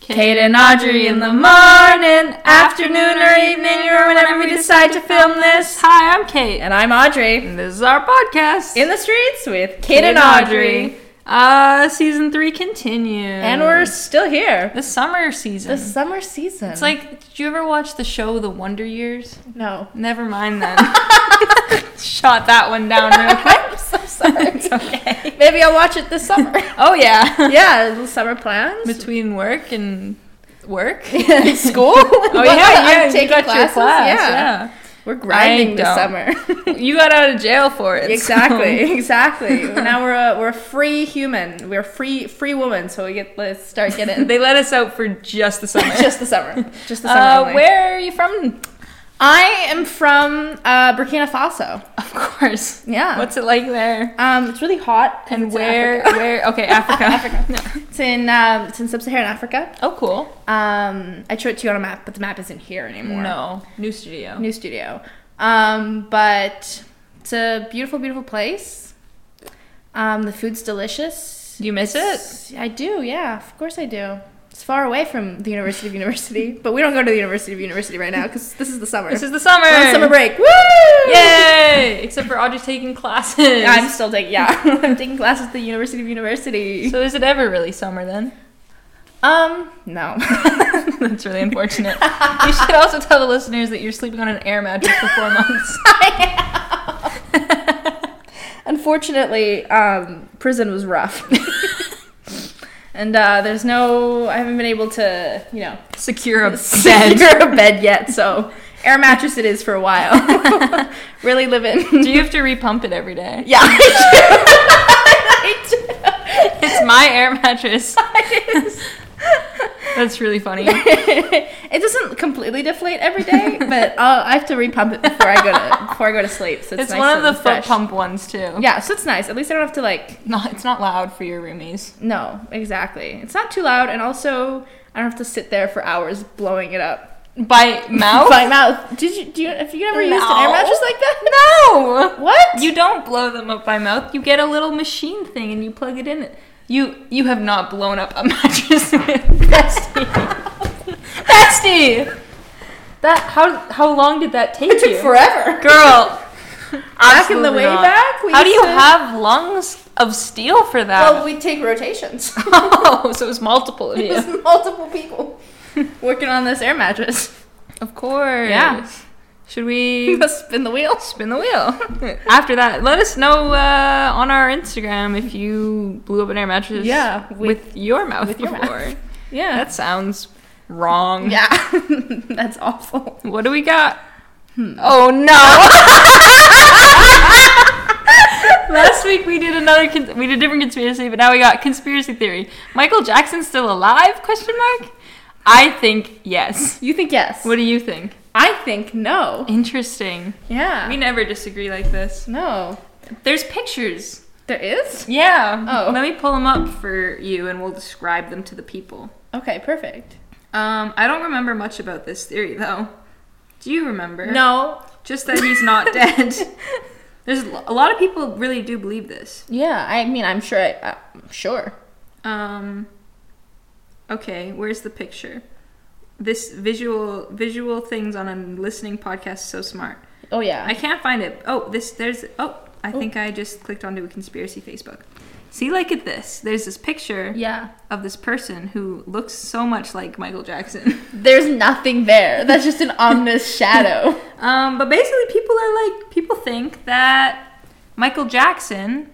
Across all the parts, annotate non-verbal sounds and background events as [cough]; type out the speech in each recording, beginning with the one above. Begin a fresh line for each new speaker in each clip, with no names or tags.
Kate and Audrey in the morning, afternoon, or evening, or whenever we decide to film this.
Hi, I'm Kate,
And I'm Audrey.
and this is our podcast.
In the streets with Kate and Audrey.
Uh, season three continues,
And we're still here.
the summer season.
The summer season.
it's like, did you ever watch the show The Wonder Years?
no.
Never mind then. [laughs] Shot that one down real
[laughs]
quick.
[laughs] I'm so [laughs] sorry.
It's okay.
Maybe I'll watch it this summer.
Oh yeah.
[laughs] yeah, little summer plans.
Between work and work.
[laughs] School?
Oh
What,
yeah,
[laughs] I'm
yeah. you
taking
got
classes?
your class.
Yeah. We're grinding this
don't.
summer. [laughs]
yeah. You got out of jail for it. so-
Exactly, [laughs] exactly. now we're a, we're a free human. We're a free free woman, so we get let's start [laughs]
[laughs]
getting
they let us out for just the summer.
just the summer, just the summer.
uh,
only.
where are you from?
I am from uh, Burkina Faso.
Of course.
Yeah,
[laughs] What's it like there?
um, it's really hot. 'cause
And
it's in
where?
[laughs] Africa.
Where? Okay, Africa. No.
It's in um, it's in sub-Saharan Africa.
Oh, cool.
Um, I showed it to you on a map, but the map isn't here anymore.
No, new studio.
new studio. Um, but it's a beautiful, beautiful place. Um, the food's delicious.
Do you miss
it? I do, yeah. Of course I do. It's far away from the University of University, [laughs] but we don't go to the University of University right now because this is the summer.
this is the summer.
We're on summer break. Woo!
Yay! Except for Audrey's taking classes.
I'm still taking yeah. [laughs] I'm taking classes at the University of University.
so is it ever really summer then? [laughs]
um, no.
That's really unfortunate. you should also tell the listeners that you're sleeping on an air mattress for four
[laughs]
months.
[laughs] Unfortunately, um, prison was rough. [laughs] and uh, there's no, I haven't been able to, you know,
Secure a bed.
[laughs] secure a bed yet. So air mattress it is for
[laughs]
a while. really living.
Do you have to repump it every day?
[laughs] Yeah. I
[laughs]
do.
It's
[laughs]
my air mattress.
I do.
That's
[laughs]
really funny.
it doesn't completely deflate every day, but I'll, I have to repump it before I go to before I go to sleep. So it's,
It's
nice
one of the
and
foot
fresh.
pump ones too.
Yeah, so it's nice. At least I don't have to like
No, it's not loud for your roomies.
No, exactly. It's not too loud, and also I don't have to sit there for hours blowing it up
By mouth?
by mouth. Did you? Do you? Have you ever used an air
Oh. No.
mattress like that? [laughs]
no.
What?
You don't blow them up by mouth. You get a little machine thing and you plug it in. You you have not blown up a [laughs] mattress with [laughs] Bestie. Bestie. That how how long did that take
it took
you?
forever.
Girl.
[laughs] Back in the
absolutely
way
not.
back, we
how do
used
you
to-
have lungs of steel for
Well,
that?
we take
[laughs]
rotations. [laughs]
oh, so it was multiple of you.
There's multiple people [laughs] working on this air mattress. [laughs]
Of course.
Yeah.
Should
You
we
must spin the wheel.
spin the wheel? [laughs] After that, let us know uh, on our Instagram if you blew up an air mattress
Yeah,
with, your mouth
with your mouth.
before.
Yeah.
[laughs] That sounds wrong.
yeah. [laughs] That's awful.
What do we got? Oh [laughs] no! Last week we did another con- we did a different conspiracy, but now we got conspiracy theory. Michael Jackson still alive? Question mark. I think yes.
You think yes?
What do you think?
I think no.
Interesting.
Yeah.
We never disagree like this.
no.
There's pictures.
There is.
Yeah.
Oh.
Let me pull them up for you and we'll describe them to the people.
Okay. Perfect.
Um, I don't remember much about this theory though. Do you remember?
No.
Just that he's [laughs]
[laughs]
not dead. There's a lot of people really do believe this.
Yeah. I mean, I'm sure. I, I'm sure.
Um, okay, where's the picture? This visual visual things on a listening podcast is so smart.
Oh yeah.
I can't find it. Oh, this there's oh, I think I just clicked onto a conspiracy Facebook. See, like at this, there's this picture
Yeah.
of this person who looks so much like Michael Jackson. [laughs]
There's nothing there. That's just an [laughs] ominous shadow.
Um, but basically, people are like people think that Michael Jackson,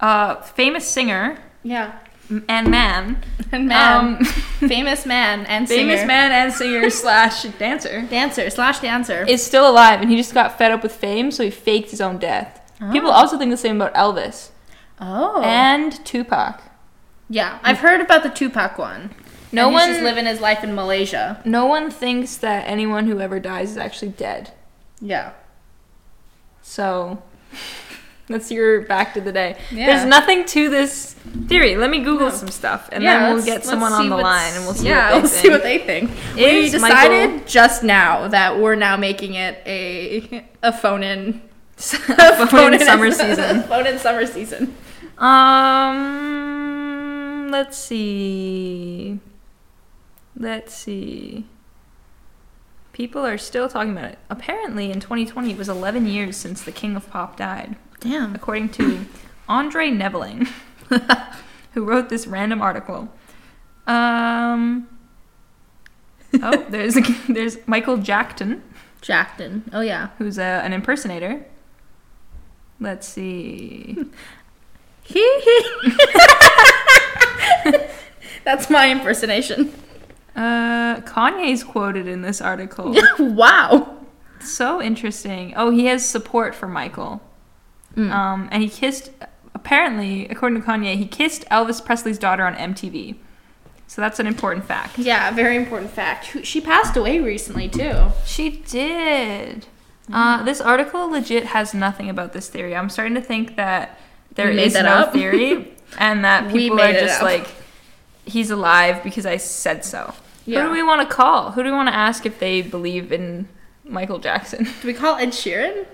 uh, famous singer
Yeah.
m- and man,
[laughs] And man.
um,
[laughs] famous man and
famous
singer.
man and
[laughs]
singer slash dancer,
Dancer slash dancer.
is still alive, and he just got fed up with fame, so he faked his own death. People also think the same about Elvis
oh.
and Tupac.
yeah. I've heard about the Tupac one.
No
And he's just
one-
living his life in Malaysia.
No one thinks that anyone who ever dies is actually dead.
Yeah.
So [laughs] that's your back to the day.
Yeah.
There's nothing to this theory. Let me Google some stuff, and
yeah,
then we'll
let's-
get
let's
someone
see
on the
what's-
line, and we'll see.
Yeah,
what they
we'll
think.
see
[laughs]
what they [laughs] think. we
Is
decided
Michael-
just now that we're now making it a [laughs] a phone in [laughs]
Phone in summer season.
phone in summer season.
Um, let's see. Let's see. People are still talking about it. Apparently, in 2020, it was 11 years since the King of Pop died,
Damn.
according to Andre Neveling, [laughs] who wrote this random article. Um. oh, there's there's Michael Jackton,
Jackton. Oh yeah.
who's a, an impersonator. Let's see.
Hee hee. [laughs] That's my impersonation.
Uh, Kanye's quoted in this
[laughs]
article.
[laughs] wow.
So interesting. Oh, he has support for Michael. Um, and he kissed, apparently, according to Kanye, he kissed Elvis Presley's daughter on MTV. So that's an important fact.
Yeah, very important fact. Who- She passed away recently too.
She did.
Mm-hmm.
Uh, this article legit has nothing about this theory. I'm starting to think that there
We made
is
that
no [laughs]
up.
theory and that
We
people are
made it
just
up.
like, he's alive because I said so. Who
Yeah.
do we want to call? Who do we want to ask if they believe in Michael Jackson? [laughs]
Do we call Ed Sheeran?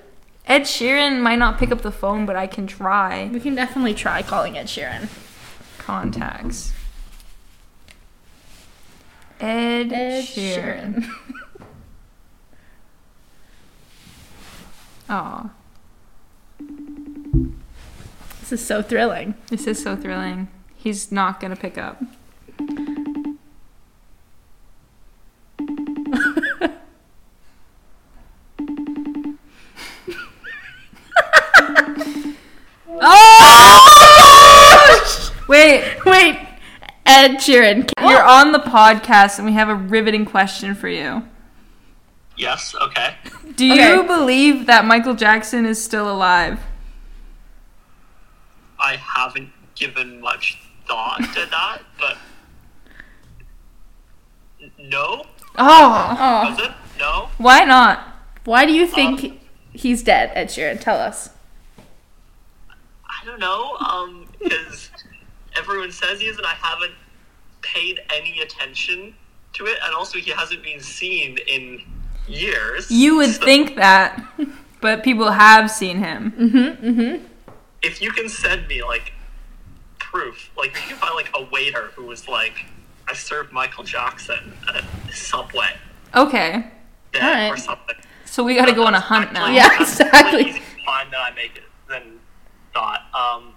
Ed Sheeran might not pick up the phone, but I can try.
We can definitely try calling Ed Sheeran.
Contacts. Ed,
Ed
Sheeran. Aw,
[laughs] This is so thrilling.
this is so thrilling. He's not gonna pick up. [laughs]
Oh!
Wait,
Wait, Ed Sheeran.
you're on the podcast and we have a riveting question for you.
Yes, okay.
Do you
Okay.
believe that Michael Jackson is still alive?
I haven't given much thought to
[laughs]
that, but N- no,
Oh,
Oh,
was it? No.
why not?
why do you think he's dead, Ed Sheeran? Tell us.
I don't know. Um, because everyone says he is, and I haven't paid any attention to it, and also he hasn't been seen in years.
You would
So
think that, but people have seen him.
if you can send me like proof, like if you find like a waiter who was like, "I served Michael Jackson at Subway,"
Okay.
then,
Alright.
or something.
So we gotta go on a hunt now.
Yeah,
That's really
exactly.
easy to Find that I make it than not. Um,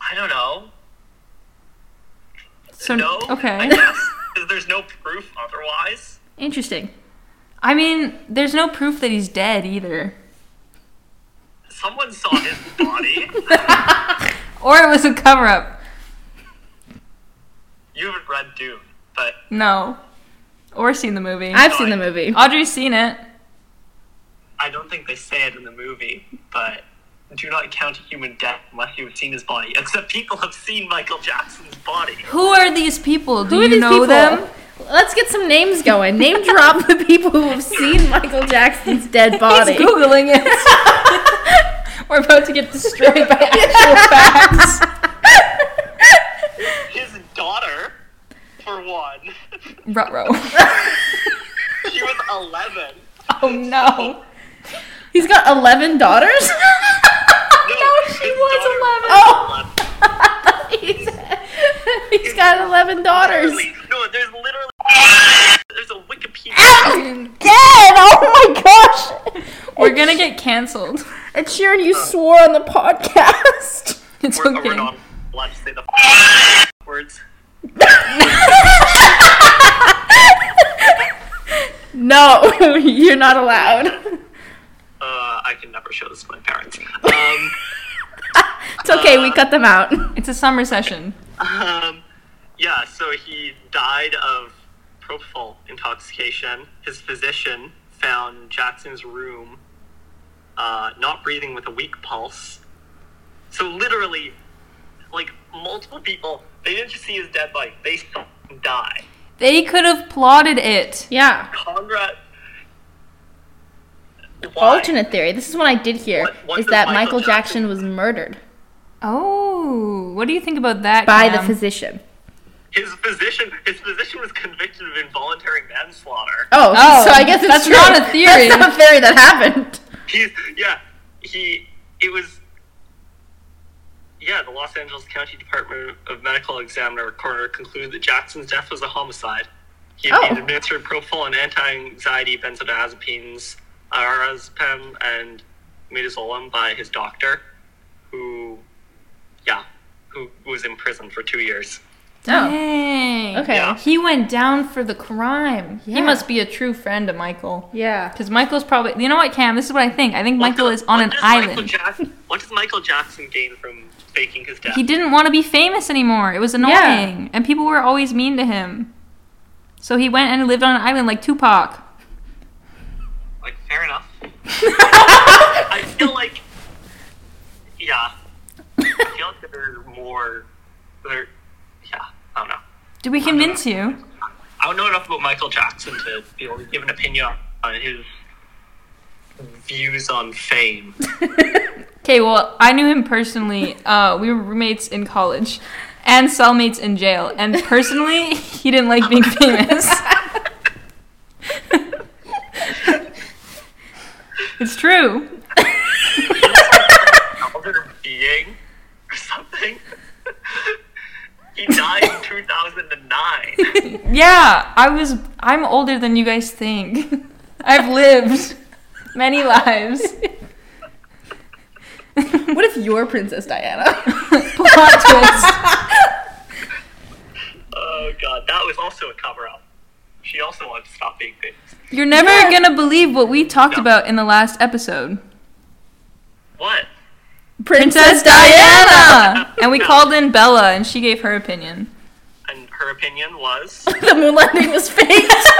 I don't know.
So
no. I
okay.
guess 'cause there's no proof otherwise.
Interesting.
I mean, there's no proof that he's dead either. [laughs]
Someone saw his body.
Or it was a cover up.
You haven't read Dune, but
No. Or seen the movie.
I've seen the movie.
Audrey's seen it.
I don't think they say it in the movie. But do not count a human death unless you have seen his body. Except people have seen Michael Jackson's body.
Who are these people? Do
Who
you
are these
know
people?
them?
Let's get some names going. Name drop the people who have seen
[laughs]
Michael Jackson's dead body.
He's googling it. [laughs] We're about to get destroyed
[laughs]
by actual facts.
His daughter, for one,
[laughs]
Rutro.
she was 11.
[laughs] Oh no.
[laughs] He's got 11 daughters? [laughs]
No,
she
his
was
daughter
11.
Oh!
11.
Oh!
[laughs] He's, he's got 11 daughters.
Literally- No, there's literally there's a Wikipedia.
Dead! Oh my gosh!
We're gonna Uh. get cancelled.
And Sharon, you swore on
[laughs]
the podcast. [laughs]
It's
We're, we're
okay.
not allowed to say the f- words.
No, [laughs] you're not allowed.
Uh, I can never show this to my parents. Um,
It's okay, we cut them out. [laughs]
It's a summer session.
um, [laughs] yeah, so he died of propofol intoxication. His physician found Jackson's room uh, not breathing with a weak pulse. So literally, like multiple people, they didn't just see his dead body; they saw him die.
They could have plotted it.
Yeah.
Conrad. Why?
Alternate theory. This is what I did hear
What- what
is
did
that
Michael
Michael Jackson
Jackson-
was murdered
Oh, what do you think about that?
by the
Cam?
physician.
His physician, his physician was convicted of involuntary manslaughter.
Oh,
Oh,
[laughs] so I guess it's
that's
true. [laughs]
not a theory.
That's not a theory that happened.
He's yeah, he it was yeah. The Los Angeles County Department of Medical Examiner coroner concluded that Jackson's death was a homicide. He
Oh.
he administered propofol and anti-anxiety benzodiazepines, arazepam, and midazolam by his doctor, who, yeah, who was in prison for two years.
Oh,
Dang.
okay.
Yeah.
He went down for the crime.
Yeah.
He must be a true friend of Michael.
[laughs] Yeah.
Because Michael's probably. You know what, Cam? This is what I think. I think Michael
What
is
do-
on
what
an
does Michael
island.
Jackson, what does Michael Jackson gain from faking his death?
He didn't want to be famous anymore. It was annoying. And people were always mean to him. So he went and lived on an island like
[laughs]
Tupac. [laughs]
Like, fair enough. I feel like, yeah, I feel like they're more, they're, yeah, I don't know.
Did we convince you?
I don't know enough about Michael Jackson to be able to give an opinion on his views on fame.
Okay, well, I knew him personally. Uh, we were roommates in college and cellmates in jail. And personally, [laughs] he didn't like being
[laughs]
famous. [laughs] it's true.
Elder being or something. [laughs] he died in 2009.
Yeah, I was. I'm older than you guys think. [laughs] I've lived many lives. [laughs]
[laughs] What if you're Princess Diana? [laughs]
Plot twist.
Oh god, that was also a cover up. She also wanted to stop being famous.
You're never
Yeah.
gonna believe what we talked
No.
about in the last episode.
What?
Princess Diana! and we called in Bella and she gave her opinion.
And her opinion was
the moon landing was [laughs] faked.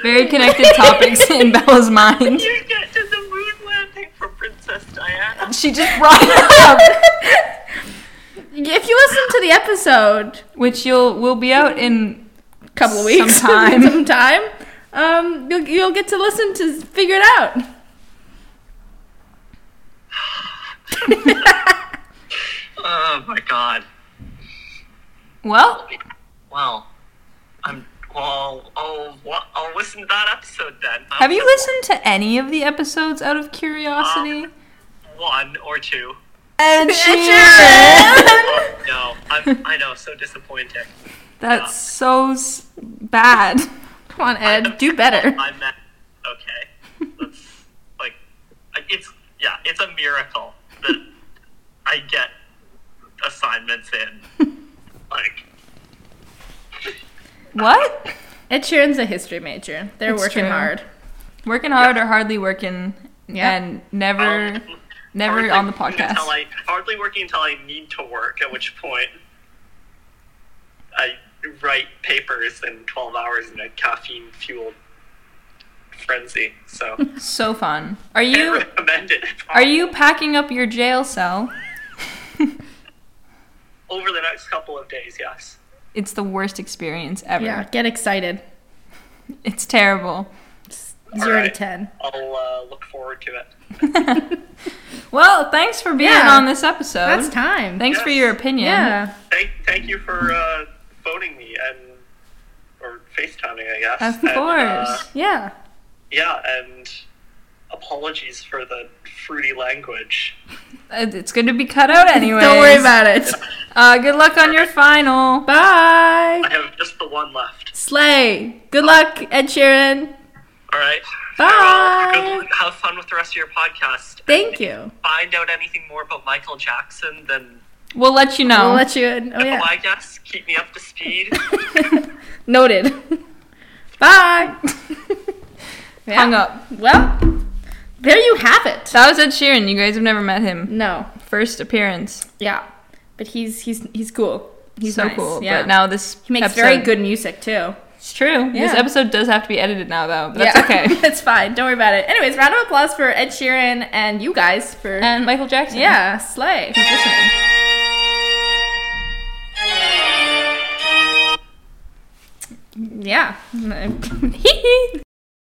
Very
[laughs]
connected topics in Bella's mind.
[laughs] You get to the moon landing for Princess Diana.
She just brought it up.
[laughs] if you listen to the episode,
Which you'll will be out [laughs] in
couple of weeks, [laughs]
Sometime.
sometime, um, you'll, you'll get to listen to figure it out.
Oh my god.
well
Well, I'm well I'll, well, I'll listen to that episode then. I'll
have you listened to any of the episodes out of curiosity?
to One or two.
And
Oh, no, I'm, I know, so disappointing.
That's so s- bad.
Come on, Ed, do better.
I'm at, okay. That's, like, I- it's, yeah, it's a miracle that I get assignments in. Like,
What?
Ed Sheeran's a history major. They're
It's
working
true.
hard.
Working hard or hardly working
Yeah.
and never
um,
never
hardly
on the
working
podcast.
Until I, hardly working until I need to work, at which point I write papers in 12 hours in a caffeine fueled frenzy.
[laughs]
So,
So fun. Are
I
you
recommend it.
are you packing up your jail cell? [laughs]
Over the next couple of days, yes.
It's the worst experience ever.
Yeah, get excited.
It's terrible.
Zero
Alright.
to ten.
I'll uh, look forward to it.
Well, thanks for being
Yeah.
on this episode.
That's time.
thanks for your opinion.
yeah.
Thank, thank you for uh, phoning me and or FaceTiming, I guess.
Of
And, uh,
course.
Yeah.
yeah, and apologies for the fruity language.
Uh, It's going to be cut out anyway.
[laughs] Don't worry about [laughs] it.
Uh, good luck on your final.
Bye.
I have just the one left.
Slay. Good luck, Ed Sheeran.
All right.
Bye.
Well, good- have fun with the rest of your podcast.
Thank you.
Find out anything more about Michael Jackson, then
We'll let you know.
I'll let you in. Oh
oh,
yeah.
I guess keep me up to speed.
[laughs] Noted. Bye. Yeah.
[laughs] Hung up.
Well, there you have it.
That was Ed Sheeran. You guys have never met him.
No.
First appearance.
Yeah. But he's he's he's cool. He's
so
nice,
cool.
Yeah.
But now this
he makes
episode,
very good music too.
It's true. This
Yeah.
episode does have to be edited now, though. But that's
yeah. [laughs]
okay.
it's fine. Don't worry about it. Anyways, round of applause for Ed Sheeran and you guys for
and Michael Jackson.
yeah, slay.
He's listening.
Yeah. [laughs] Hee hee.